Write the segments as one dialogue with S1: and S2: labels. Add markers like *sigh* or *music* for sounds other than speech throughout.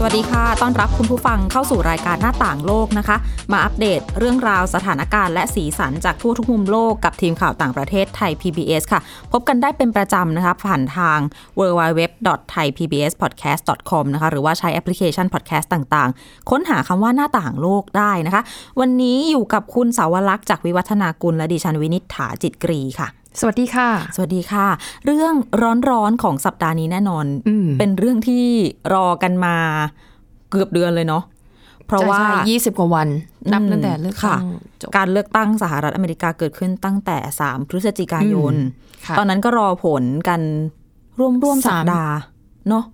S1: สวัสดีค่ะ ต้อนรับคุณผู้ฟังเข้าสู่รายการหน้าต่างโลกนะคะ มาอัปเดตเรื่องราวสถานการณ์และสีสันจากทั่วทุกมุมโลกกับทีมข่าวต่างประเทศไทย PBS ค่ะ พบกันได้เป็นประจำนะคะ ผ่านทาง www.thaipbspodcast.com นะคะ หรือว่าใช้แอปพลิเคชัน podcast ต่างๆ ค้นหาคำว่าหน้าต่างโลกได้นะคะ วันนี้อยู่กับคุณสาวรักษ์จากวิวัฒนากุลและดิฉันวินิษฐาจิตกรีค่ะ
S2: สวัสดีค่ะ
S1: สวัสดีค่ะ เรื่องร้อนๆของสัปดาห์นี้แน่นอน
S2: อืม
S1: เป็นเรื่องที่รอกันมาเกือบเดือนเลยเนาะ เพราะว่า
S2: ใช่ใช่20 กว่าวัน นับ
S1: อืม
S2: ตั้งแต่เลือกตั้ง
S1: ค่ะ
S2: จบ
S1: การเลือกตั้งสหรัฐอเมริกาเกิดขึ้นตั้งแต่ 3 พฤศจิกายน
S2: อืมค่ะ
S1: ตอนนั้นก็รอผลกันร่วมร่วมๆสั
S2: สา
S1: ป
S2: ม
S1: ดาห์เนาะ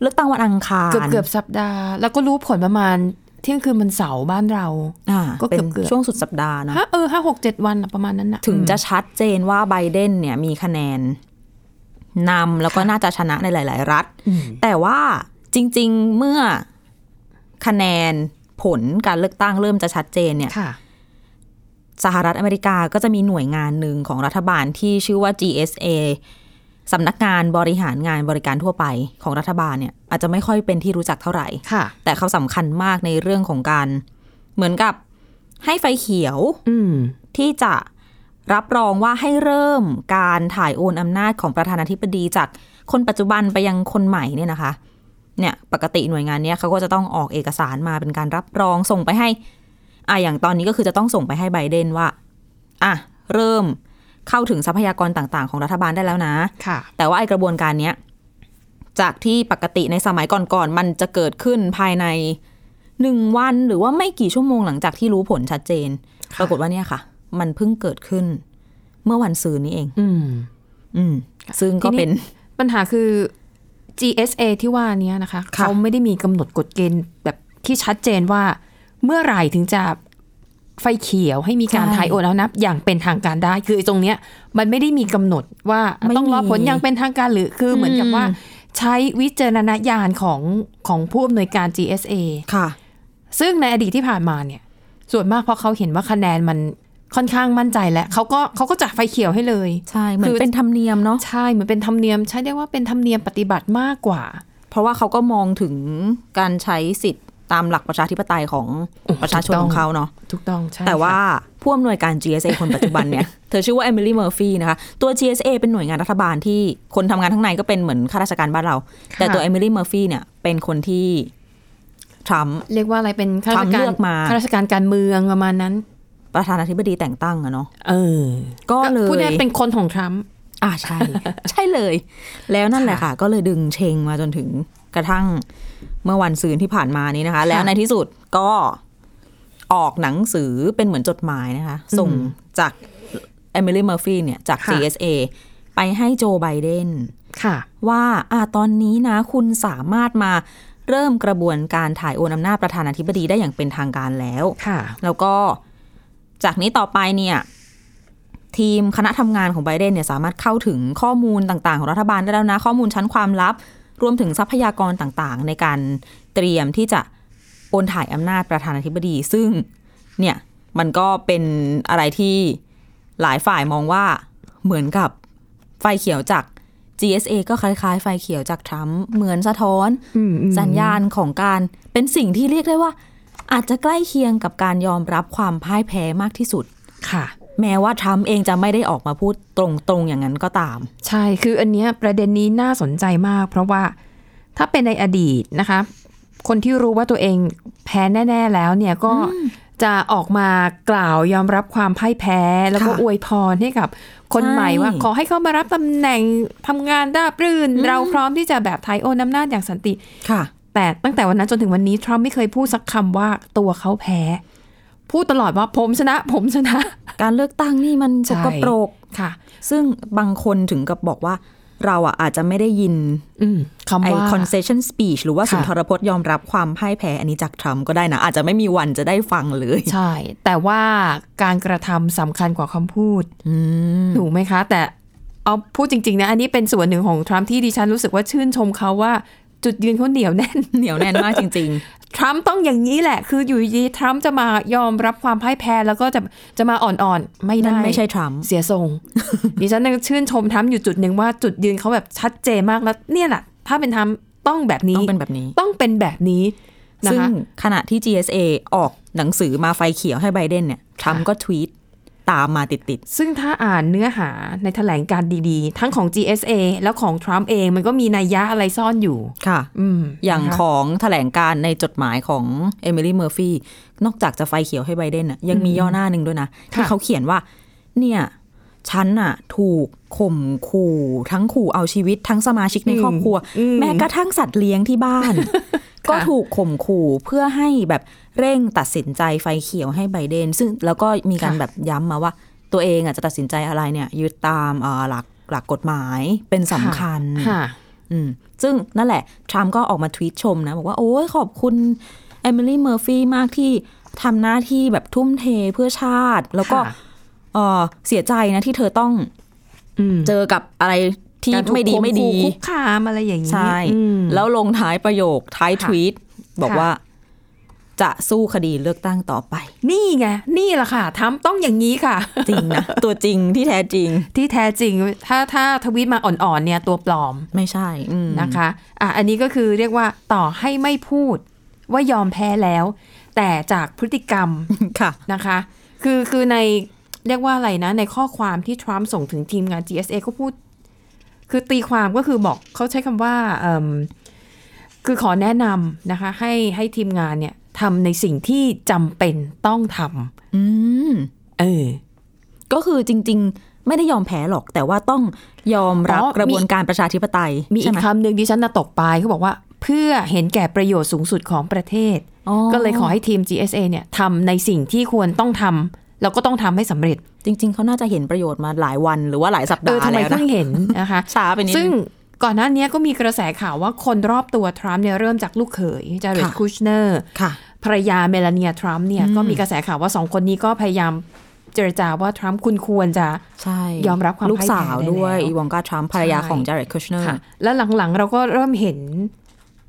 S1: เลือกตั้งวันอังคาร
S2: เกือบเกือบสัปดาห์ แล้วก็รู้ผลประมาณเที่ยงคืนวันเสาร์บ้านเรา
S1: อ่า
S2: ก็เกือบๆ
S1: ป็นช่วงสุดสัปดาห์เนาะ
S2: ห้าเออห้าหกเจ็ดวันน่ะประมาณนั้นนะ
S1: ถึงจะ
S2: อืม
S1: ชัดเจนว่าไบเดนเนี่ยมีคะแนนนำแล้วก็น่าจะชนะในหลาย ๆ รัฐ
S2: อืม
S1: แต่ว่าจริง ๆ เมื่อคะแนนผลการเลือกตั้งเริ่มจะชัดเจนเนี่ย
S2: ค่ะ
S1: สหรัฐอเมริกาก็จะมีหน่วยงานหนึ่งของรัฐบาลที่ชื่อว่า GSA สำนักงานบริหารงานบริการทั่วไปของรัฐบาลเนี่ย อาจจะไม่ค่อยเป็นที่รู้จักเท่าไหร่
S2: ค่ะ
S1: แต่เขาสำคัญมากในเรื่องของการเหมือนกับให้ไฟเขียว
S2: อืม
S1: ที่จะรับรองว่าให้เริ่มการถ่ายโอนอำนาจของประธานาธิบดีจากคนปัจจุบันไปยังคนใหม่เนี่ยนะคะ เนี่ยปกติหน่วยงานเนี้ยเขาก็จะต้องออกเอกสารมาเป็นการรับรองส่งไปให้อ่ะอย่างตอนนี้ก็คือจะต้องส่งไปให้ไบเดนว่าอ่ะเริ่มเข้าถึงทรัพยากรต่างๆ ของรัฐบาลได้แล้วนะ
S2: ค่ะ
S1: แต่ว่าไอกระบวนการเนี้ยจากที่ปกติในสมัยก่อนๆมันจะเกิดขึ้นภายในหนึ่งวันหรือว่าไม่กี่ชั่วโมงหลังจากที่รู้ผลชัดเจน
S2: ค่ะ
S1: ปรากฏว่าเนี่ยค่ะ มันเพิ่งเกิดขึ้น เมื่อวันซืนนี้เอง
S2: อืม
S1: อืม ซึ่งก็เป็น
S2: ปัญหาคือ GSA ที่ว่าเนี้ยนะคะ
S1: ค่ะ
S2: เขาไม่ได้มีกำหนดกฎเกณฑ์แบบที่ชัดเจนว่าเมื่อไหร่ถึงจะไฟเขียวให้มีการทายโอนแล้วนับอย่างเป็นทางการได้คือไอ้ตรงเนี้ยมันไม่ได้มีกำหนดว่า
S1: ไม่มี
S2: ต้องรอผลอย่างเป็นทางการหรือคือเหมือนกับ
S1: อืม
S2: ว่า ใช้วิจารณญาณของของผู้อำนวยการ GSA
S1: ค่ะ
S2: ซึ่งในอดีตที่ผ่านมาเนี่ย ส่วนมากพอเขาเห็นว่าคะแนนมันค่อนข้างมั่นใจแล้วเขาก็เขาก็จะไฟเขียวให้เลย
S1: ใช่ เหมือ
S2: คื
S1: น
S2: อ
S1: เป็นธรรมเนียมเนาะ
S2: ใช่เหมือนเป็นธรรมเนียม ใช้ได้ว่าเป็นธรรมเนียมปฏิบัติมากกว่า
S1: เพราะว่าเขาก็มองถึงการใช้สิทธิ์ตามหลักประชาธิปไตยของ
S2: โอ้
S1: ประชาชน
S2: ถูกต้
S1: ข
S2: อง
S1: องเขาเนาะ
S2: ถูกต้องใช่
S1: แต่ว่า
S2: ค่ะ
S1: ผู้อำนวยการ GSA คนปัจจุบัน
S2: *laughs*
S1: เนี่ย เธอชื่อว่าเอมิลี่เมอร์ฟี่นะคะ ตัว GSA เป็นหน่วยงานรัฐบาลที่คนทำงานทั้างในก็เป็นเหมือนข้าราชการบ้านเรา แต่ตัวเอมิลี่เมอร์ฟี่เนี่ยเป็นคนที่ทรัมป์
S2: เรียกว่าอะไรเป็นข้าราช
S1: ความ
S2: กา
S1: เลื
S2: ร
S1: อกมา
S2: ข้าราชการการเมืองประมาณนั้น
S1: ประธานาธิบดีแต่งตั้งอะเนาะ
S2: เออ
S1: ก็เลย
S2: พูดได้เป็นคนของทรัมป์
S1: อ่าใช่ *laughs* ใช่เลย แล้วนั่นแหละค่ะ ก็เลยดึงเชงมาจนถึงกระทั่งเมื่อวันซืนที่ผ่านมานี้นะคะ แล้วในที่สุดก็ออกหนังสือเป็นเหมือนจดหมายนะคะ ส่งจากเอมิลี่เมอร์ฟี่เนี่ยจาก GSA ไปให้โจไบเดน
S2: ค่ะ
S1: ว่าอะตอนนี้นะคุณสามารถมาเริ่มกระบวนการถ่ายโอนอำนาจประธานาธิบดีได้อย่างเป็นทางการแล้ว
S2: ค่ะ
S1: แล้วก็จากนี้ต่อไปเนี่ย ทีมคณะทำงานของไบเดนเนี่ยสามารถเข้าถึงข้อมูลต่าง ๆ ของรัฐบาลได้แล้วนะ ข้อมูลชั้นความลับ รวมถึงทรัพยากรต่างๆ ในการเตรียมที่จะโอนถ่ายอำนาจประธานาธิบดี ซึ่งเนี่ยมันก็เป็นอะไรที่หลายฝ่ายมองว่าเหมือนกับไฟเขียวจาก GSA ก็คล้าย ๆ ไฟเขียวจากทรัมป์เหมือนสะท้อน
S2: อืม
S1: สัญญาณของการเป็นสิ่งที่เรียกได้ว่า อาจจะใกล้เคียงกับการยอมรับความพ่ายแพ้มากที่สุด
S2: ค่ะ
S1: แม้ว่าทรัมป์เองจะไม่ได้ออกมาพูดตรงๆอย่างนั้นก็ตาม
S2: ใช่ คืออันเนี้ยประเด็นนี้น่าสนใจมาก เพราะว่าถ้าเป็นในอดีตนะคะ คนที่รู้ว่าตัวเองแพ้แน่ ๆ แล้วเนี่ยก็จะออกมากล่าวยอมรับความพ่ายแพ้ แล้วก็
S1: ค่ะ
S2: อวยพรให้กับคน
S1: ใช่
S2: ใหม่ว่า ขอให้เข้ามารับตำแหน่งทำงานราบรื่น
S1: อืม
S2: เราพร้อมที่จะแบบไทยโอนอำนาจอย่างสันติ
S1: ค่ะ
S2: แต่ตั้งแต่วันนั้นจนถึงวันนี้ทรัมป์ไม่เคยพูดสักคำว่าตัวเขาแพ้ พูดตลอดว่าผมชนะ ผมชนะ
S1: การเลือกตั้งนี่มันส
S2: ใช่
S1: กปรก
S2: ค่ะ
S1: ซึ่งบางคนถึงกับบอกว่า เราอ่ะอาจจะไม่ได้ยิน
S2: อืมคำ
S1: ไอ้
S2: ว่า
S1: concession speech หรือว่า
S2: ค่ะ
S1: สุนทรพจน์ยอมรับความพ่ายแพ้อันนี้จากทรัมป์ก็ได้นะ อาจจะไม่มีวันจะได้ฟังเลย
S2: ใช่ แต่ว่าการกระทำสำคัญกว่าคำพูด
S1: อืม
S2: ถูกไหมคะ แต่เอาพูดจริง ๆ นะ อันนี้เป็นส่วนหนึ่งของทรัมป์ที่ดิฉันรู้สึกว่าชื่นชมเขาว่า จุดยืนเขาเหนียวแน่น *laughs*
S1: เหนียวแน่นมากจริง
S2: ทรัมป์ต้องอย่างนี้แหละ คืออยู่ดีๆทรัมป์จะมายอมรับความพ่ายแพ้แล้วก็จะจะมาอ่อนๆ ไม่
S1: ๆ
S2: ได้
S1: นั่นไม่ใช่ทรัมป์
S2: เสียทรง *laughs* ดิฉันนึกชื่นชมทรัมป์อยู่จุดหนึ่งว่าจุดยืนเขาแบบชัดเจนมากแล้ว เนี่ยแหละถ้าเป็นทรัมป์ต้องแบบนี้
S1: ต้องเป็นแบบนี้
S2: ต้องเป็นแบบนี้นะ
S1: ซึ่ง
S2: คะ
S1: ขณะที่ GSA ออกหนังสือมาไฟเขียวให้ไบเดนเนี่ยทรัมป์ก็ทวีตตามมาติด
S2: ซึ่งถ้าอ่านเนื้อหาในแถลงการณ์ดีๆ ทั้งของ GSA แล้วของทรัมป์เองมันก็มีนัยยะอะไรซ่อนอยู่
S1: ๆ ค่ะ
S2: อืม
S1: อย่าง
S2: นะคะ
S1: ของแถลงการในจดหมายของเอมิลี่เมอร์ฟี่นอกจากจะไฟเขียวให้ไบเดนน่ะยังมีย่อหน้าหนึ่งด้วยนะ ที่
S2: ค่ะ
S1: เขาเขียนว่า เนี่ย ฉันน่ะ ถูกข่มขู่ทั้งขู่เอาชีวิตทั้งสมาชิกในครอบครัว แม้กระทั่งสัตว์เลี้ยงที่บ้าน
S2: *laughs*
S1: ก็ถูกข่มขู่เพื่อให้แบบเร่งตัดสินใจไฟเขียวให้ไบเดน ซึ่งแล้วก็มีการแบบย้ำมาว่า ตัวเองอ่ะจะตัดสินใจอะไรเนี่ยยึดตามเอ่อหลักหลักกฎหมายเป็นสำคัญ
S2: ค่ะ
S1: อืมซึ่งนั่นแหละ ทรัมป์ก็ออกมาทวีตชมนะ บอกว่า โอ้ยขอบคุณเอมิลี่เมอร์ฟี่มากที่ทำหน้าที่แบบทุ่มเทเพื่อชาติ แล้วก็
S2: ค่ะ
S1: เอ่อเสียใจนะที่เธอต้อง
S2: อืม
S1: เจอกับอะไรที่
S2: การถูก
S1: ไม่ดี
S2: ข่
S1: ไม่ดี
S2: ขู่คุกคามอะไรอย่างนี้
S1: ใช่
S2: อืม
S1: แล้วลงท้ายประโยคท้าย
S2: ค่ะ
S1: ทวีตบอก
S2: ค่ะ
S1: ว่า จะสู้คดีเลือกตั้งต่อไป
S2: นี่ไง นี่แหละค่ะทรัมป์ต้องอย่างนี้ค่ะ *laughs*
S1: จริงนะ ตัวจริงที่แท้จริง
S2: ที่แท้จริง ถ้าถ้าทวีตมาอ่อนๆเนี่ยตัวปลอม
S1: ไม่ใช่อืม
S2: นะคะอ่ะอันนี้ก็คือเรียกว่าต่อให้ไม่พูดว่ายอมแพ้แล้ว แต่จากพฤติกรรม
S1: ค่ะ
S2: นะคะ คือ คือในเรียกว่าอะไรนะ ในข้อความที่ทรัมป์ส่งถึงทีมงาน GSA เขาพูด คือตีความก็คือบอกเขาใช้คำว่าเอิ่มคือขอแนะนำนะคะ ให้ให้ทีมงานเนี่ยทำในสิ่งที่จำเป็นต้องท
S1: อืม
S2: ำเออ
S1: ก็คือจริง ๆ ไม่ได้ยอมแพ้หรอก แต่ว่าต้องยอมรับ
S2: อ๋อมี
S1: กระบวนการประชาธิปไตย
S2: มีอี
S1: ใช่ไห
S2: กคำหนึ่งดิฉันน่ะตกไปลายเขาบอกว่าเพื่อเห็นแก่ประโยชน์สูงสุดของประเทศ
S1: อ๋อ
S2: ก็เลยขอให้ทีม GSA เนี่ยทำในสิ่งที่ควรต้องทำแล้วก็ต้องทำให้สำเร็จ
S1: จริง ๆ เขาน่าจะเห็นประโยชน์มาหลายวันหรือว่าหลายสัป
S2: เอ
S1: ดา
S2: อ
S1: ห์
S2: ทำไม
S1: แล้ว
S2: เพิ่
S1: นะ
S2: งเห็นนะคะ
S1: ช้าไปนิด
S2: ซึ่ง
S1: นึง
S2: ก่อนหน้านี้ก็มีกระแสข่าวว่าคนรอบตัวทรัมป์เนี่ยเริ่มจากลูกเขยจาริด
S1: ค่ะ
S2: คูชเนอร์
S1: ค่ะ
S2: ภรรยาเมลาเนียทรัมป์เนี่ย
S1: อืม
S2: ก็มีกระแสข่าวว่าสองคนนี้ก็พยายามเจรจาว่าทรัมป์คุณควรจะ
S1: ใช่
S2: ยอมรับความ
S1: ลูกสาว
S2: พ่ายแพ้ได้
S1: ด้วย
S2: แล้ว
S1: อีวองกาทรัมป์ภรรยา
S2: ใช่
S1: ของจ a เ e d ดคูชเนอร์
S2: ค่ะแล้วหลังๆ เราก็เริ่มเห็น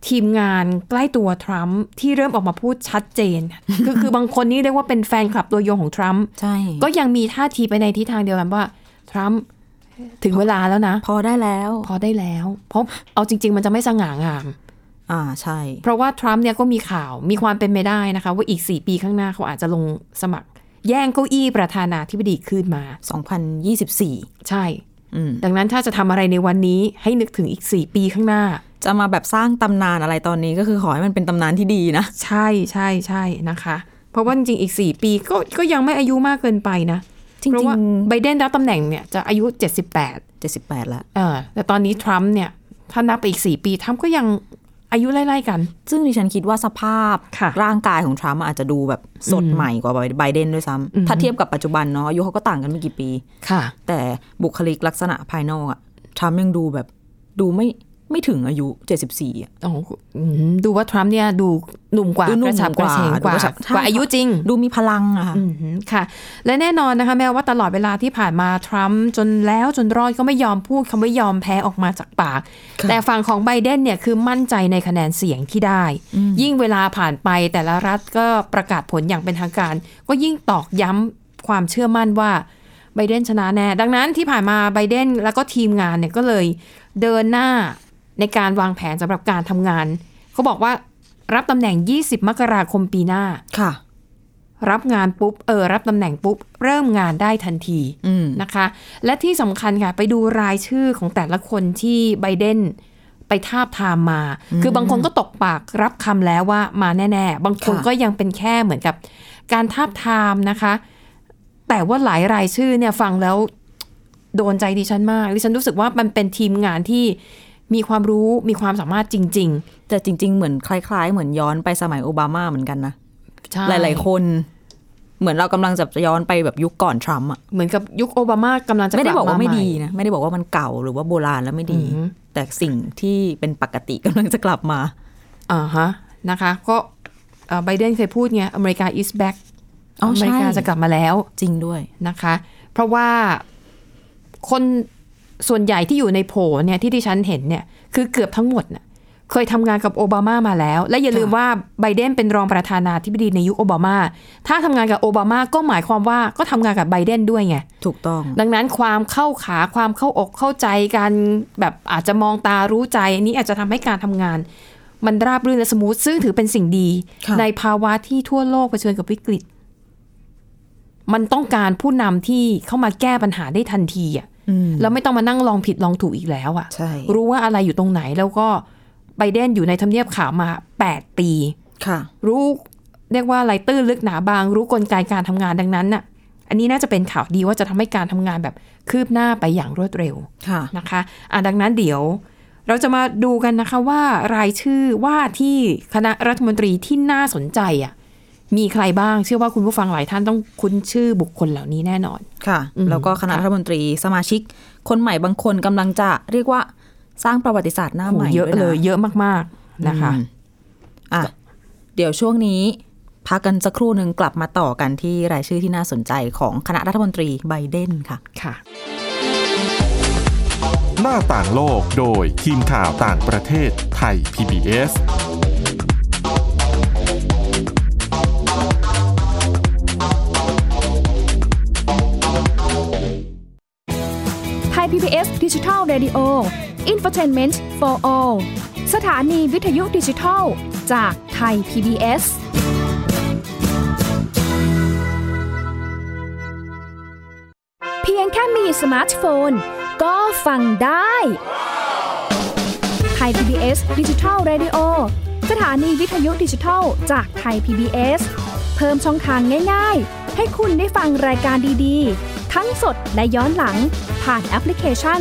S2: ทีมงานใกล้ตัวทรัมป์ที่เริ่มออกมาพูดชัดเจน *laughs* คือคือบางคนนี่เรียกว่าเป็นแฟนคลับตัวยงของทรัมป์
S1: ใช่
S2: ก็ยังมีท่าทีไปในทิศทางเดียวกันว่าทรัมป์ถึงเวลาแล้วนะ
S1: พอได้แล้ว
S2: พอได้แล้วเพราะเอาจริง ๆ มันจะไม่สง่างาม
S1: อ่าใช่
S2: เพราะว่าทรัมป์เนี่ยก็มีข่าวมีความเป็นไปได้นะคะ ว่าอีก 4 ปีข้างหน้าเขาอาจจะลงสมัคร แย่งเก้าอี้ประธานาธิบดีขึ้นมา
S1: 2024
S2: ใช่
S1: อืม
S2: ดังนั้นถ้าจะทำอะไรในวันนี้ให้นึกถึงอีก 4 ปีข้างหน้า
S1: จะมาแบบสร้างตำนานอะไรตอนนี้ก็คือขอให้มันเป็นตำนานที่ดีนะ
S2: ใช่ใช่ใช่นะคะ เพราะว่าจริงๆอีก 4 ปีก็ก็ยังไม่อายุมากเกินไปนะ
S1: จริ
S2: เพราะว่าง ไบเดนรับตำแหน่งเนี่ยจะอายุ 78
S1: ๆ78แล้ว
S2: เออแต่ตอนนี้ทรัมป์เนี่ยถ้านับไปอีก 4 ปีทรัมป์ก็ยังอายุไล่ๆกัน
S1: ซึ่งดิฉันคิดว่าสภาพ
S2: ค่ะ
S1: ร่างกายของทรัมป์อาจจะดูแบบสดใหม่กว่าไบเดนด้วยซ้ำถ้าเทียบกับปัจจุบันเนาะอายุเขาก็ต่างกันไม่กี่ปี
S2: ค่ะ
S1: แต่บุคลิกลักษณะภายนอกอะทรัมป์ยังดูแบบดูไม่ไม่ถึงอายุ 74อะ
S2: โอ้โหอืมดูว่าทรัมป์เนี่ยดูหนุ่มกว่า
S1: ดูหนุ่
S2: ก
S1: ม
S2: ระฉับกระเฉงก
S1: กว่าดูก
S2: ว่า
S1: ระฉับใช่
S2: กว่าอายุจริง
S1: ดูมีพลังอะค่ะ
S2: อืมค่ะ และแน่นอนนะคะแม้ว่าตลอดเวลาที่ผ่านมาทรัมป์จนแล้วจนรอดก็ไม่ยอมพูดคำว่ายอมแพ้ออกมาจากปาก แต่ฝั่งของไบเดนเนี่ยคือมั่นใจในคะแนนเสียงที่ได้ ยิ่งเวลาผ่านไปแต่ละรัฐก็ประกาศผลอย่างเป็นทางการ ก็ยิ่งตอกย้ำความเชื่อมั่นว่าไบเดนชนะแน่ ดังนั้นที่ผ่านมาไบเดนแล้วก็ทีมงานเนี่ยก็เลยเดินหน้า ในการวางแผนสำหรับการทำงาน เขาบอกว่ารับตำแหน่ง 20 มกราคมปีหน้า
S1: ค่ะ
S2: รับงานปุ๊บเออรับตำแหน่งปุ๊บ เริ่มงานได้ทันที
S1: อืม
S2: นะคะ และที่สำคัญค่ะ ไปดูรายชื่อของแต่ละคนที่ไบเดนไปทาบทามมา คือบางคนก็ตกปากรับคำแล้วว่ามาแน่ ๆ บางคนก็ยังเป็นแค่เหมือนกับการทาบทามนะคะ แต่ว่าหลายรายชื่อเนี่ยฟังแล้วโดนใจดิฉันมากดิฉันรู้สึกว่ามันเป็นทีมงานที่มีความรู้มีความสามารถจริง
S1: แต่จริง ๆ เหมือนคล้าย ๆ เหมือนย้อนไปสมัยโอบามาเหมือนกันนะ
S2: ๆ ใช่
S1: หลายๆคน เหมือนเรากำลังจะย้อนไปแบบยุคก่อนทรัมป์อะ
S2: เหมือนกับยุคโอบามากำลังจะ
S1: ไม่ได้
S2: ลั
S1: บอกว่าไม่
S2: ให
S1: ดีนะ ไม่ได้บอกว่ามันเก่าหรือว่าโบราณแล้วไม่ดี แต่สิ่งที่เป็นปกติกำลังจะกลับมา
S2: อ่าฮะนะคะ ก็ไบเดนเคยพูดไงอเมริกา is back
S1: อ๋อ
S2: อ
S1: ใช่
S2: เมริกาจะกลับมาแล้ว
S1: จริงด้วย
S2: นะคะ เพราะว่าคนส่วนใหญ่ที่อยู่ในโผลเนี่ยที่ดิฉันเห็นเนี่ย คือเกือบทั้งหมดน่ะ เคยทำงานกับโอบามามาแล้ว และอย่าลืม
S1: ค่ะ
S2: ว่าไบเดนเป็นรองประธานาธิบดีในยุคโอบามา ถ้าทำงานกับโอบามาก็หมายความว่าก็ทำงานกับไบเดนด้วยไง
S1: ถูกต้อง
S2: ดังนั้นความเข้าขาความเข้าอกเข้าใจกันแบบอาจจะมองตารู้ใจอันนี้อาจจะทำให้การทำงาน มันราบรื่นและสมูทซึ่งถือเป็นสิ่งดี
S1: ค่ะ
S2: ในภาวะที่ทั่วโลกเผชิญกับวิกฤต มันต้องการผู้นำที่เข้ามาแก้ปัญหาได้ทันทีอ่ะ
S1: อืม
S2: แล้วไม่ต้องมานั่งลองผิดลองถูกอีกแล้วอ่ะ
S1: ใช่
S2: รู้ว่าอะไรอยู่ตรงไหนแล้วก็ไบเดนอยู่ในทำเนียบขาวมา 8 ปี
S1: ค่ะ
S2: รู้เรียกว่าอะไรตื้นลึกหนาบาง รู้กลไกการทำงานดังนั้นน่ะ อันนี้น่าจะเป็นข่าวดีว่าจะทำให้การทำงานแบบคืบหน้าไปอย่างรวดเร็ว
S1: ค่ะ
S2: นะคะอ่ะดังนั้นเดี๋ยว เราจะมาดูกันนะคะว่ารายชื่อว่าที่คณะรัฐมนตรีที่น่าสนใจอ่ะมีใครบ้างเชื่อว่าคุณผู้ฟังหลายท่านต้องคุ้นชื่อบุคคลเหล่านี้แน่นอน
S1: ค่ะ
S2: อืม
S1: แล้วก็คณะรัฐมนตรีสมาชิก คนใหม่บางคนกำลังจะเรียกว่าสร้างประวัติศาสตร์หน้าใหม่
S2: โอ้เยอะ
S1: ด้ว
S2: เลย
S1: น
S2: เยอะมากๆนะคะ
S1: อืมอ่ะ เดี๋ยวช่วงนี้ พักกันสักครู่หนึ่งกลับมาต่อกันที่รายชื่อที่น่าสนใจของคณะรัฐมนตรีไบเดนค่ะ
S2: ค่ะ
S3: หน้าต่างโลกโดยทีมข่าวต่างประเทศไทย PBS
S4: ไทย PBS Digital Radio Infotainment for All สถานีวิทยุดิจิทัล จากไทย PBS เพียงแค่มีสมาร์ทโฟน ก็ฟังได้ไทย PBS Digital Radio สถานีวิทยุดิจิทัล จากไทย PBS เพิ่มช่องทางง่ายๆ ให้คุณได้ฟังรายการดีๆ ทั้งสดและย้อนหลัง ผ่านแอปพลิเคชัน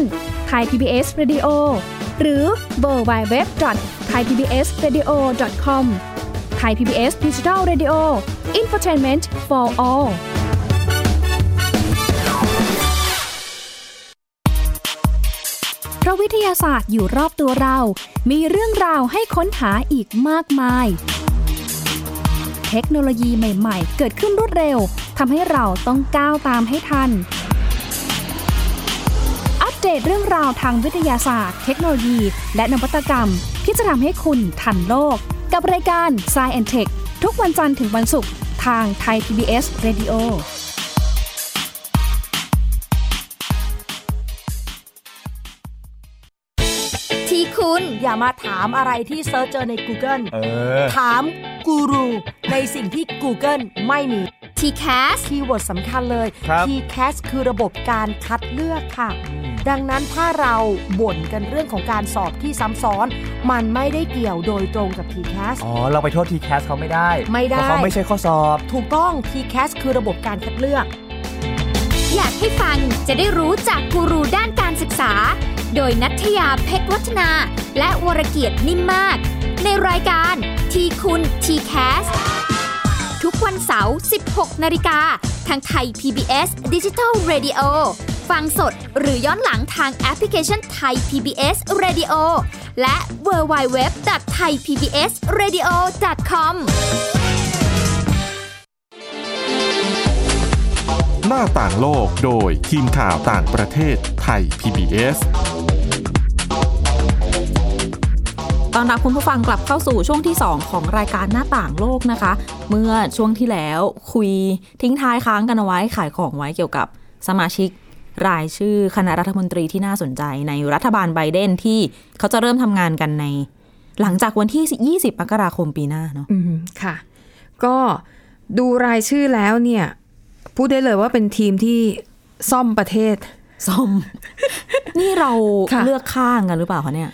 S4: ไทย PBS Radio หรือเวอร์บายเว็บไทยพีบีเอสเรดิโอคอมไทยพีบีเอสดิจิทัลเรดิโออินฟอร์ทนเมนต์ for all เพราะวิทยาศาสตร์อยู่รอบตัวเรา มีเรื่องราวให้ค้นหาอีกมากมาย เทคโนโลยีใหม่ ๆ เกิดขึ้นรวดเร็ว ทำให้เราต้องก้าวตามให้ทัน อัปเดตเรื่องราวทางวิทยาศาสตร์ เทคโนโลยี และนวัตกรรม ที่จะทำให้คุณทันโลก กับรายการ s c i e n t e c h ทุกวันจันทร์ถึงวันศุกร์ทางไทย PBS Radio
S5: ที่คุณอย่ามาถามอะไรที่เซิร์ชเจอใน Google
S6: เออ
S5: ถามกูรูในสิ่งที่ Google ไม่มี
S7: ทีแคส
S5: คีย์เวิร์ดสำคัญเลย
S6: ครับ
S5: t c a s คือระบบการคัดเลือกค่ะ ดังนั้นถ้าเราบ่นกันเรื่องของการสอบที่ซ้ำซ้อน มันไม่ได้เกี่ยวโดยตรงกับ t c a s
S6: อ๋อ เราไปโทษทีแคสเขาไม่ได้
S5: ไม่ได้
S6: เพราะเขาไม่ใช่ข้อสอบ
S5: ถูกต้อง t c a s คือระบบการคัดเลือก
S7: อยากให้ฟังจะได้รู้จากกูรูด้านการศึกษา โดยนัทยาเพชรวัฒนา และวรเกียดนิ่มมาก ในรายการทีคุณทีแคสทุกวันเสาร์ 16 นาฬิกา ทางไทย PBS Digital Radio ฟังสดหรือย้อนหลังทางแอปพลิเคชันไทย PBS Radio และ w w w t h a i p b s r a d i o c o m
S3: หน้าต่างโลกโดยทีมข่าวต่างประเทศไทย PBS
S1: ตอนรับคุณผู้ฟังกลับเข้าสู่ช่วงที่ 2 ของรายการหน้าต่างโลกนะคะ เมื่อช่วงที่แล้วคุยทิ้งท้ายค้างกันเอาไว้ขายของไว้เกี่ยวกับสมาชิก รายชื่อคณะรัฐมนตรีที่น่าสนใจในรัฐบาลไบเดนที่เขาจะเริ่มทำงานกันใน หลังจากวันที่ 20มกราคมปีหน้าเนาะ
S2: อืมค่ะ ก็ดูรายชื่อแล้วเนี่ย พูดได้เลยว่าเป็นทีมที่ซ่อมประเทศ
S1: ส้ม นี่เรา
S2: ค่ะ
S1: เลือกข้างกันหรือเปล่าคะเนี่ย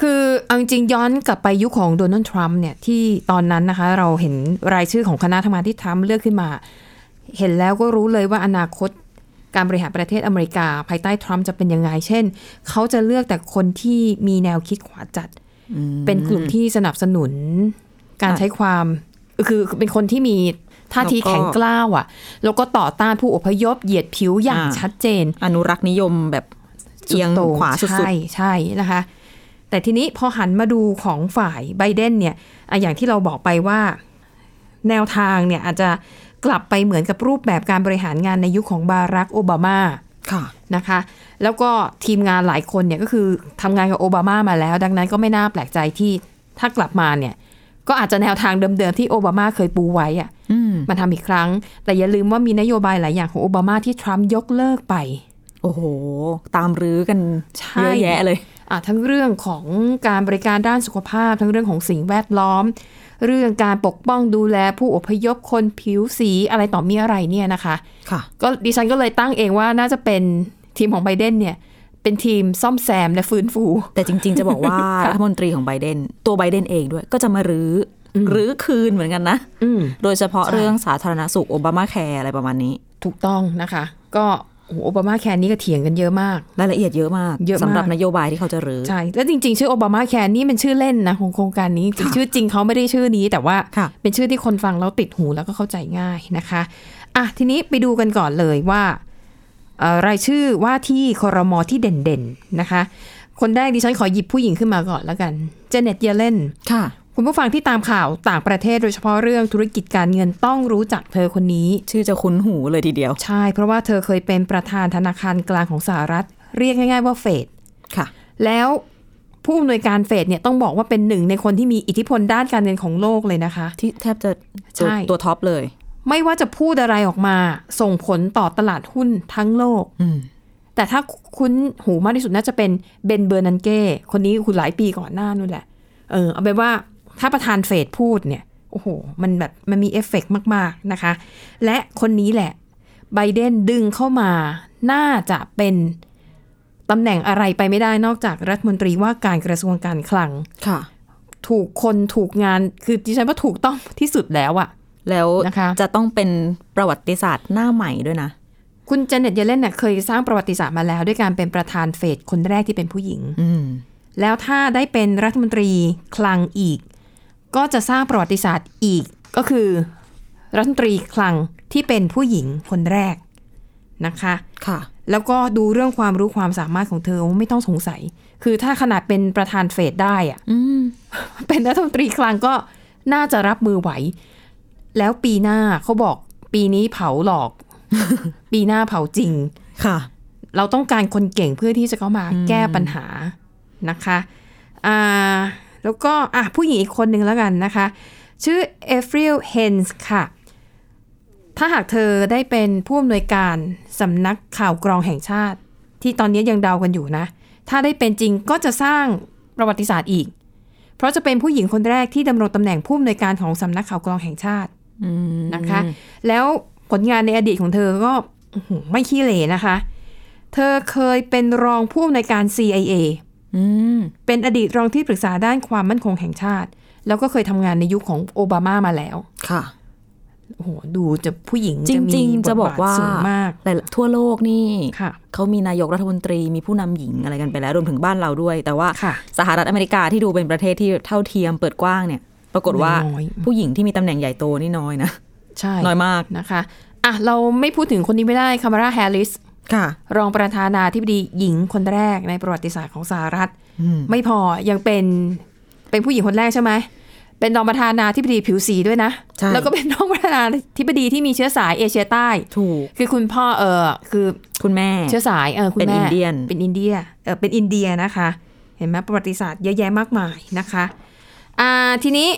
S2: คือเอาจริงๆย้อนกลับไปยุคของโดนัลด์ทรัมป์เนี่ย ที่ตอนนั้นนะคะ เราเห็นรายชื่อของคณะทำงานที่ทรัมป์เลือกขึ้นมา เห็นแล้วก็รู้เลยว่าอนาคตการบริหารประเทศอเมริกา ภายใต้ทรัมป์จะเป็นยังไง เช่น เขาจะเลือกแต่คนที่มีแนวคิดขวาจัด เป็นกลุ่มที่สนับสนุน การ
S1: ค่ะ
S2: ใช้ความคือคือเป็นคนที่มีท่าที
S1: แล้วก็
S2: แข็งกล้าวอ่ะ แล้วก็ต่อต้านผู้อพยพเหยียดผิวอย่าง
S1: อ่า
S2: ชัดเจน
S1: อนุรักษ์นิยมแบบเอียง
S2: สุดโต่
S1: ขวาสุด
S2: ใช่ใช่นะคะ แต่ทีนี้พอหันมาดูของฝ่ายไบเดนเนี่ยอ่ะอย่างที่เราบอกไปว่า แนวทางเนี่ยอาจจะกลับไปเหมือนกับรูปแบบการบริหารงานในยุคของบารักโอบามา
S1: ๆ ค่ะ
S2: นะคะ แล้วก็ทีมงานหลายคนเนี่ยก็คือทำงานกับโอบามามาแล้ว ดังนั้นก็ไม่น่าแปลกใจที่ ถ้ากลับมาเนี่ย ก็อาจจะแนวทางเดิมๆที่โอบามาเคยปูไว้อะ
S1: อืม
S2: มาทำอีกครั้ง แต่อย่าลืมว่ามีนโยบายหลายอย่างของโอบามาที่ทรัมป์ยกเลิกไป
S1: โอ้โห ตามรื้อกัน
S2: ใช่
S1: เยอะแยะเลย
S2: อ่ะทั้งเรื่องของการบริการด้านสุขภาพ ทั้งเรื่องของสิ่งแวดล้อม เรื่องการปกป้องดูแลผู้อพยพคนผิวสีอะไรต่อมีอะไรเนี่ยนะคะ
S1: ค่ะ
S2: ก็ดิฉันก็เลยตั้งเองว่าน่าจะเป็นทีมของไบเดนเนี่ย เป็นทีมซ่อมแซมและฟื้นฟู
S1: แต่จริง ๆ จะบอก
S2: *laughs*
S1: ว่า รัฐมนตรีของไบเดน ตัวไบเดนเองด้วย ก็จะมารื้ออรื้อคืนเหมือนกันนะ
S2: อืม
S1: โดยเฉพาะ
S2: ใช่
S1: เรื่องสาธารณสุขโอบามาแคร์อะไรประมาณนี้
S2: ถูกต้องนะคะ ก็โอ้โหโอบามาแคร์นี้ก็เถียงกันเยอะมาก
S1: รายละเอียดเยอะมาก
S2: เยอะมาก
S1: สำหรับนโยบายที่เขาจะรื้อ
S2: ใช่ แล้วจริงๆ ชื่อโอบามาแคร์นี่เป็นชื่อเล่นนะของโครงการนี้จริงๆชื่อจริงเขาไม่ได้ชื่อนี้ แต่ว่า
S1: ค่ะ
S2: เป็นชื่อที่คนฟังแล้วติดหูแล้วก็เข้าใจง่ายนะคะอ่ะทีนี้ไปดูกันก่อนเลยว่าเอ่อรายชื่อว่าที่คอรมอที่เด่นๆนะคะ คนแรกดิฉันขอหยิบผู้หญิงขึ้นมาก่อนแล้วกันเจเน็ตเยเลน
S1: ค่ะ
S2: คุณผู้ฟังที่ตามข่าวต่างประเทศโดยเฉพาะเรื่องธุรกิจการเงินต้องรู้จักเธอคนนี้
S1: ชื่อจะคุ้นหูเลยทีเดียว
S2: ใช่ เพราะว่าเธอเคยเป็นประธานธนาคารกลางของสหรัฐ เรียกง่ายๆว่าเฟด
S1: ค่ะ
S2: แล้วผู้อำนวยการเฟดเนี่ยต้องบอกว่าเป็นหนึ่งในคนที่มีอิทธิพลด้านการเงินของโลกเลยนะคะ
S1: ที่แทบจะตัว
S2: ใช่
S1: ตัวท็อปเลย
S2: ไม่ว่าจะพูดอะไรออกมาส่งผลต่อตลาดหุ้นทั้งโลก แต่ถ้าคุ้นหูมากที่สุดน่าจะเป็นเบนเบอร์นันเก้คนนี้คุณหลายปีก่อนหน้านู่นแหละ เออเอาเป็นว่าถ้าประธานเฟดพูดเนี่ย โอ้โห มันแบบมันมีเอฟเฟกต์มาก ๆ นะคะ และคนนี้แหละไบเดนดึงเข้ามาน่าจะเป็นตำแหน่งอะไรไปไม่ได้นอกจากรัฐมนตรีว่าการกระทรวงการคลัง
S1: ค่ะ
S2: ถูกคนถูกงานคือดิฉันว่าถูกต้องที่สุดแล้วอะ
S1: แล้ว
S2: นะคะ
S1: จะต้องเป็นประวัติศาสตร์หน้าใหม่ด้วยนะ
S2: คุณเจเน็ตเยเลนเนี่ยเคยสร้างประวัติศาสตร์มาแล้ว ด้วยการเป็นประธานเฟดคนแรกที่เป็นผู้หญิง
S1: อืม
S2: แล้วถ้าได้เป็นรัฐมนตรีคลังอีก ก็จะสร้างประวัติศาสตร์อีกก็คือ รัฐมนตรีคลังที่เป็นผู้หญิงคนแรกนะคะ
S1: ค่ะ
S2: แล้วก็ดูเรื่องความรู้ความสามารถของเธอไม่ต้องสงสัย คือถ้าขนาดเป็นประธานเฟดได้อะ
S1: อืม
S2: เป็นรัฐมนตรีคลังก็น่าจะรับมือไหว แล้วปีหน้าเขาบอกปีนี้เผาหลอก *laughs* ปีหน้าเผาจริง
S1: ค่ะ
S2: เราต้องการคนเก่งเพื่อที่จะเข้ามาแก้ปัญหานะคะอ่าแล้วก็อ่ะผู้หญิงอีกคนหนึ่งแล้วกันนะคะ ชื่อเอฟริลเฮนส์ค่ะ ถ้าหากเธอได้เป็นผู้อำนวยการสำนักข่าวกรองแห่งชาติ ที่ตอนนี้ยังเดากันอยู่นะ ถ้าได้เป็นจริงก็จะสร้างประวัติศาสตร์อีก เพราะจะเป็นผู้หญิงคนแรกที่ดำรงตำแหน่งผู้อำนวยการของสำนักข่าวกรองแห่งชาติ
S1: อืม
S2: นะคะ แล้วผลงานในอดีตของเธอก็อื้อหือไม่ขี้เหร่นะคะ เธอเคยเป็นรองผู้อำนวยการ CIA
S1: อืม
S2: เป็นอดีตรองที่ปรึกษาด้านความมั่นคงแห่งชาติ แล้วก็เคยทำงานในยุคของโอบามามาแล้ว
S1: ค่ะ
S2: โอ้โห ดูจะผู้หญิง
S1: จ
S2: จะมี
S1: ริง ๆ จะบอกว่า
S2: ทสูงมาก
S1: หลายทั่วโลกนี่
S2: ค่ะ
S1: เขามีนายกรัฐมนตรีมีผู้นำหญิงอะไรกันไปแล้วรวมถึงบ้านเราด้วย แต่ว่า
S2: ค่ะ
S1: สหรัฐอเมริกาที่ดูเป็นประเทศที่เท่าเทียมเปิดกว้างเนี่ย ปรากฏว่า
S2: น้อย
S1: ผู้หญิงที่มีตำแหน่งใหญ่โตนี่น้อยนะ
S2: ใช่
S1: น้อยมาก
S2: นะคะอ่ะเราไม่พูดถึงคนนี้ไม่ได้คามาราแฮร์ริส
S1: ค่ะ
S2: รองประธานาธิบดีหญิงคนแรกในประวัติศาสตร์ของสหรัฐ
S1: อืม
S2: ไม่พอยังเป็นเป็นผู้หญิงคนแรกใช่ไหม เป็นรองประธานาธิบดีผิวสีด้วยนะ
S1: ใช่
S2: แล้วก็เป็นรองประธานาธิบดีที่มีเชื้อสายเอเชียใต้
S1: ถูก
S2: คือคุณพ่อเออคือ
S1: คุณแม่
S2: เชื้อสายเออคุณ
S1: เป็น
S2: แม่
S1: อินเดียน
S2: เป็นอินเดียเออเป็นอินเดียนะคะ เห็นไหมประวัติศาสตร์เยอะแยะมากมายนะคะอ่าทีนี้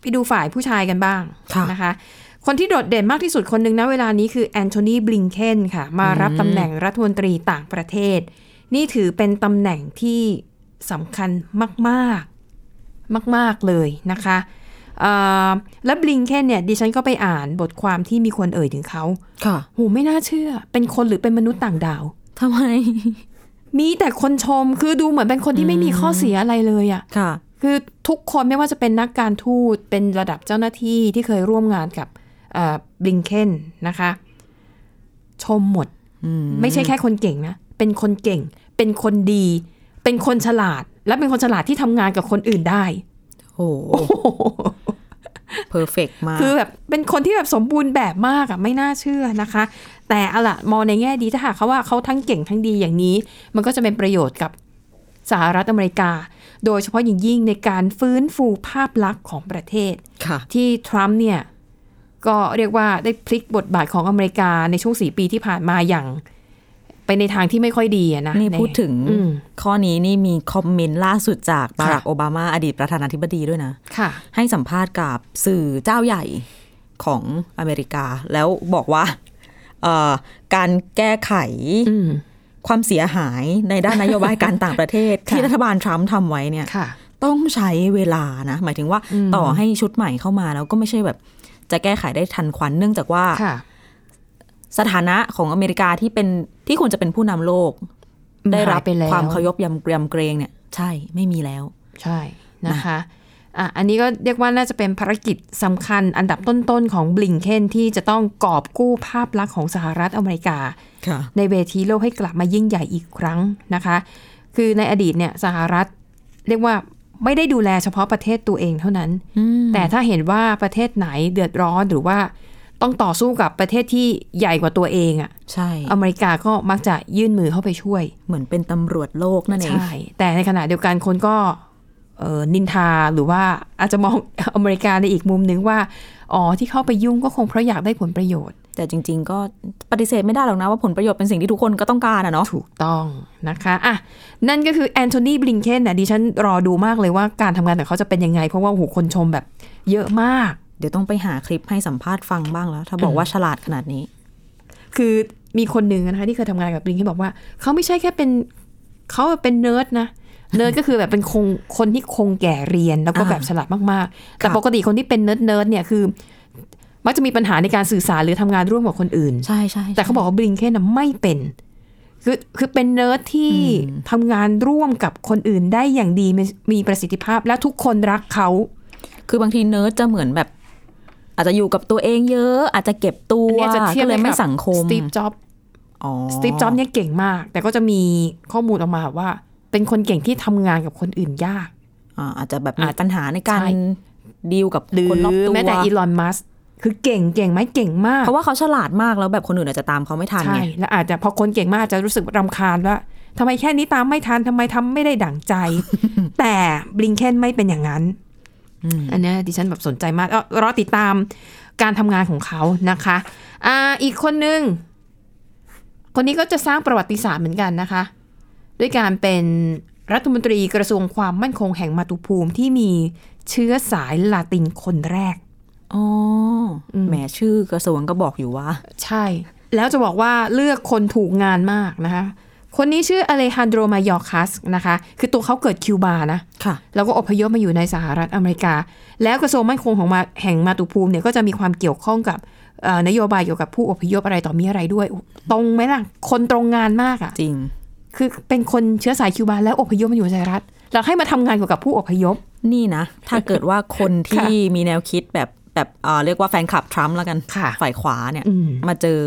S2: ไปดูฝ่ายผู้ชายกันบ้างนะคะ คนที่โดดเด่นมากที่สุดคนหนึ่งนะเวลานี้คือแอนโทนีบลิงเคนค่ะ มารับตำแหน่งรัฐมนตรีต่างประเทศ นี่ถือเป็นตำแหน่งที่สำคัญมากๆ มาก ๆ เลยนะคะเอ่อและบลิงเคนเนี่ยดิฉันก็ไปอ่านบทความที่มีคนเอ่ยถึงเขา
S1: ค่ะ
S2: โหไม่น่าเชื่อ เป็นคนหรือเป็นมนุษย์ต่างดาว
S1: ทำไม
S2: มีแต่คนชมคือดูเหมือนเป็นคนที่ไม่มีข้อเสียอะไรเลยอะ่ะ
S1: ค่ะ
S2: คือทุกคนไม่ว่าจะเป็นนักการทูตเป็นระดับเจ้าหน้าที่ที่เคยร่วมงานกับบิงเคนนะคะ ชมหมด
S1: อืม
S2: ไม่ใช่แค่คนเก่งนะ เป็นคนเก่ง เป็นคนดี เป็นคนฉลาด และเป็นคนฉลาดที่ทำงานกับคนอื่นได้
S1: โอ้โหเพอร์เฟกมาก
S2: คือแบบเป็นคนที่แบบสมบูรณ์แบบมากอะไม่น่าเชื่อนะคะ แต่เอาล่ะมองในแง่ดีถ้าหากเขาว่าเขาทั้งเก่งทั้งดีอย่างนี้ มันก็จะเป็นประโยชน์กับสหรัฐอเมริกา โดยเฉพาะอย่างยิ่งในการฟื้นฟูภาพลักษณ์ของประเทศ
S1: ค่ะ
S2: ที่ทรัมป์เนี่ย ก็เรียกว่าได้พลิกบทบาทของอเมริกาในช่วง 4 ปีที่ผ่านมาอย่าง ไปในทางที่ไม่ค่อยดีอะนะ
S1: นี่พูดถึง
S2: ในอืม
S1: ข้อนี้นี่มีคอมเมนต์ล่าสุดจากบารัก
S2: ค่ะ
S1: โอบามาอดีตประธานาธิบดีด้วยนะ
S2: ค่ะ
S1: ให้สัมภาษณ์กับสื่อเจ้าใหญ่ของอเมริกา แล้วบอกว่าเอ่อการแก้ไข
S2: อืม
S1: ความเสียหายในด้านนโยบายการต่างประเทศ ที่
S2: ค่ะ
S1: รัฐบาลทรัมป์ทำไว้เนี่ย
S2: ค่ะ
S1: ต้องใช้เวลานะ หมายถึงว่า
S2: อืม
S1: ต่อให้ชุดใหม่เข้ามาแล้วก็ไม่ใช่แบบ จะแก้ไขได้ทันควันเนื่องจากว่า
S2: ค่ะ
S1: สถานะของอเมริกาที่เป็นที่ควรจะเป็นผู้นำโลก
S2: มัน
S1: ได้รั
S2: หายไปแล้ว
S1: ความเคารพยำเกรียมเกรงเนี่ย ใช่ไม่มีแล้ว
S2: ใช่นะคะอ่ะอันนี้ก็เรียกว่าน่าจะเป็นภารกิจสำคัญอันดับต้นๆของบลิงเคนที่จะต้องกอบกู้ภาพลักษณ์ของสหรัฐอเมริกา
S1: ค่ะ
S2: ในเวทีโลกให้กลับมายิ่งใหญ่อีกครั้งนะคะ คือในอดีตเนี่ยสหรัฐ เรียกว่าไม่ได้ดูแลเฉพาะประเทศตัวเองเท่านั้น แต่ถ้าเห็นว่าประเทศไหนเดือดร้อนหรือว่าต้องต่อสู้กับประเทศที่ใหญ่กว่าตัวเองอะ
S1: ใช่
S2: อเมริกาก็มักจะยื่นมือเข้าไปช่วย
S1: เหมือนเป็นตำรวจโลกนั่นเอง
S2: ใช่ แต่ในขณะเดียวกันคนก็เอ่อนินทาหรือว่าอาจจะมอง *laughs* อเมริกาในอีกมุมนึงว่า อ๋อที่เข้าไปยุ่งก็คงเพราะอยากได้ผลประโยชน์
S1: แต่จริง ๆ ก็ปฏิเสธไม่ได้หรอกนะว่าผลประโยชน์เป็นสิ่งที่ทุกคนก็ต้องการอะเนาะ
S2: ถูกต้องนะคะอ่ะนั่นก็คือแอนโทนีบลิงเคนนะดิฉันรอดูมากเลยว่าการทำงานของเขาจะเป็นยังไง เพราะว่าโอ้โหคนชมแบบเยอะมาก
S1: เดี๋ยวต้องไปหาคลิปให้สัมภาษณ์ฟังบ้างแล้ว ถ้าบอกว่าฉลาดขนาดนี้
S2: คือมีคนหนึ่งนะคะที่เคยทำงานกับบลิงเคนบอกว่า เขาไม่ใช่แค่เป็นเขาเป็นเนิร์ดนะเนิร์ดก็คือแบบเป็นคงคนที่คงแก่เรียนแล้วก็
S1: อ่า
S2: แบบฉลาดมากๆ แต่
S1: ค่ะ
S2: ปกติคนที่เป็นเนิร์ดเนิร์ดเนี่ยคือ มักจะมีปัญหาในการสื่อสารหรือทำงานร่วมกับคนอื่น
S1: ใช่ใช่
S2: แต่เขาบอกว่าบลิงเคนน่ะไม่เป็น คือคือเป็นเนิร์ดที่
S1: อืม
S2: ทำงานร่วมกับคนอื่นได้อย่างดีมีมีประสิทธิภาพและทุกคนรักเขา
S1: คือบางทีเนิร์ดจะเหมือนแบบ อาจจะอยู่กับตัวเองเยอะ อาจจะเก็บตัว
S2: อันเนี้ยจะเทียบ
S1: ก็เลย
S2: ได้กับ
S1: ไม่สังคม
S2: สตีฟจ็อบ
S1: อ๋อ
S2: สตีฟจ็อบเนี่ยเก่งมาก แต่ก็จะมีข้อมูลออกมาว่า เป็นคนเก่งที่ทำงานกับคนอื่นยาก
S1: อ่าอาจจะแบบมี
S2: อาจ
S1: ปัญหาในการ
S2: ใช่
S1: ดีลกับ
S2: หรือ
S1: คนรอบตัว
S2: แม้แต่อีลอนมัสคือเก่งเก่งไหมเก่งมาก
S1: เพราะว่าเขาฉลาดมากแล้วแบบคนอื่นอาจจะตามเขาไม่ทัน
S2: ใช่
S1: ไง
S2: แล้วอาจจะพอคนเก่งมากจะรู้สึกรำคาญว่าทำไมแค่นี้ตามไม่ทันทำไมทำไม่ได้ดั่ง
S1: *laughs*
S2: ใจ แต่บลิงเคนไม่เป็นอย่างนั้น
S1: อืม
S2: อันเนี้ยดิฉันแบบสนใจมากก็รอติดตามการทำงานของเขานะคะอ่าอีกคนนึง คนนี้ก็จะสร้างประวัติศาสตร์เหมือนกันนะคะ ด้วยการเป็นรัฐมนตรีกระทรวงความมั่นคงแห่งมาตุภูมิที่มีเชื้อสายลาตินคนแรก
S1: อ๋ออ
S2: ม
S1: แหมชื่อกระทรวงก็บอกอยู่ว่า
S2: ใช่ แล้วจะบอกว่าเลือกคนถูกงานมากนะคะ คนนี้ชื่ออเลฮันโดรมายอคัสนะคะ คือตัวเขาเกิดคิวบานะ
S1: ค่ะ
S2: แล้วก็อพยพมาอยู่ในสหรัฐอเมริกา แล้วกระทรวงมั่นคงของมาแห่งมาตุภูมิเนี่ยก็จะมีความเกี่ยวข้องกับเอ่อนโยบายเกี่ยวกับผู้อพยพอะไรต่อมีอะไรด้วย ตรงไหมล่ะ คนตรงงานมากอะ่ะ
S1: จริง
S2: คือเป็นคนเชื้อสายคิวบาแล้วอพยพมาอยู่สหรัฐแล้วให้มาทำงานเกี่ยวกับผู้อพยพ
S1: นี่นะ ถ้าเกิดว่าคนที่มีแนวคิดแบบแบบเอ่อเรียกว่าแฟนคลับทรัมป์แล้วกัน
S2: ค่ะ
S1: ฝ่ายขวาเนี่ย
S2: อืม
S1: มาเจอ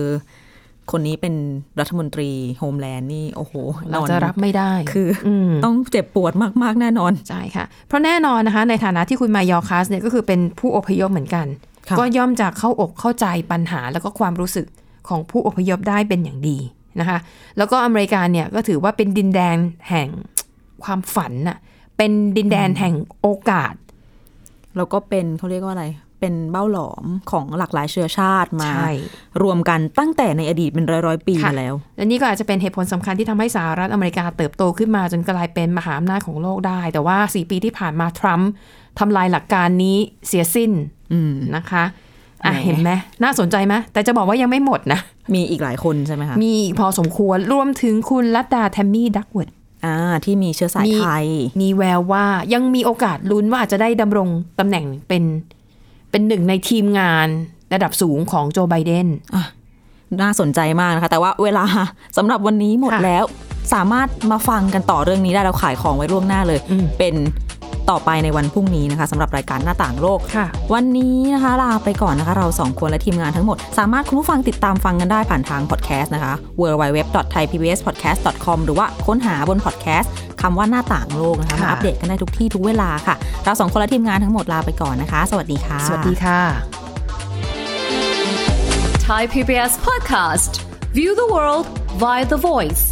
S1: คนนี้เป็นรัฐมนตรีโฮมแลนด์นี่ โอ้โห
S2: เราจะรับไม่ได้
S1: คืออ
S2: ม
S1: ต้องเจ็บปวดมาก ๆ แน่นอน
S2: ใช่ค่ะ เพราะแน่นอนนะคะในฐานะที่คุณมายอร์คัสเนี่ยก็คือเป็นผู้อพยพเหมือนกัน
S1: ค่ะ
S2: ก็ย่อมจะเข้าอกเข้าใจปัญหาแล้วก็ความรู้สึกของผู้อพยพได้เป็นอย่างดีนะคะ แล้วก็อเมริกาเนี่ยก็ถือว่าเป็นดินแดนแห่งความฝันน่ะ เป็นดินแดนแห่งโอกาส
S1: แล้วก็เป็นเขาเรียกว่าอะไร เป็นเบ้าหลอมของหลากหลายเชื้อชาติมา
S2: ใช่
S1: รวมกันตั้งแต่ในอดีตเป็นร้อยๆปี
S2: ค่ะ
S1: มาแล้ว
S2: และนี่ก็อาจจะเป็นเหตุผลสำคัญที่ทำให้สหรัฐอเมริกาเติบโตขึ้นมาจนกลายเป็นมหาอำนาจของโลกได้ แต่ว่า 4 ปีที่ผ่านมาทรัมป์ทำลายหลักการนี้เสียสิ้น
S1: อืม
S2: นะคะอ่ะ
S1: แหม
S2: เห็นไหมน่าสนใจไหมแต่จะบอกว่ายังไม่หมดนะ
S1: มีอีกหลายคนใช่ไหมคะ
S2: มีอีกพอสมควรรวมถึงคุณลัดดาแทมมี่ดักเวิร์ด
S1: อ่าที่มีเชื้อสาย
S2: มี
S1: ไทย
S2: มีแววว่ายังมีโอกาสลุ้นว่าอาจจะได้ดำรงตำแหน่งเป็น เป็นหนึ่งในทีมงานระดับสูงของโจไบเดน
S1: น่าสนใจมากนะคะ แต่ว่าเวลาสำหรับวันนี้หมด
S2: ค่ะ
S1: แล้ว สามารถมาฟังกันต่อเรื่องนี้ได้เราขายของไว้ล่วงหน้าเลย
S2: อืม
S1: เป็นต่อไปในวันพรุ่งนี้นะคะสำหรับรายการหน้าต่างโลก
S2: ค่ะ
S1: วันนี้นะคะลาไปก่อนนะคะ เราสองคนและทีมงานทั้งหมด สามารถคุณผู้ฟังติดตามฟังกันได้ผ่านทางพอดแคสต์นะคะ www.thaipbspodcast.com หรือว่าค้นหาบนพอดแคสต์คำว่าหน้าต่างโลกนะคะ
S2: ค่ะ
S1: มาอัปเดตกันได้ทุกที่ทุกเวลาค่ะ เราสองคนและทีมงานทั้งหมดลาไปก่อนนะคะ สวัสดีค่ะ
S2: สวัสดีค่ะ
S8: Thai PBS podcast. View the world via the voice.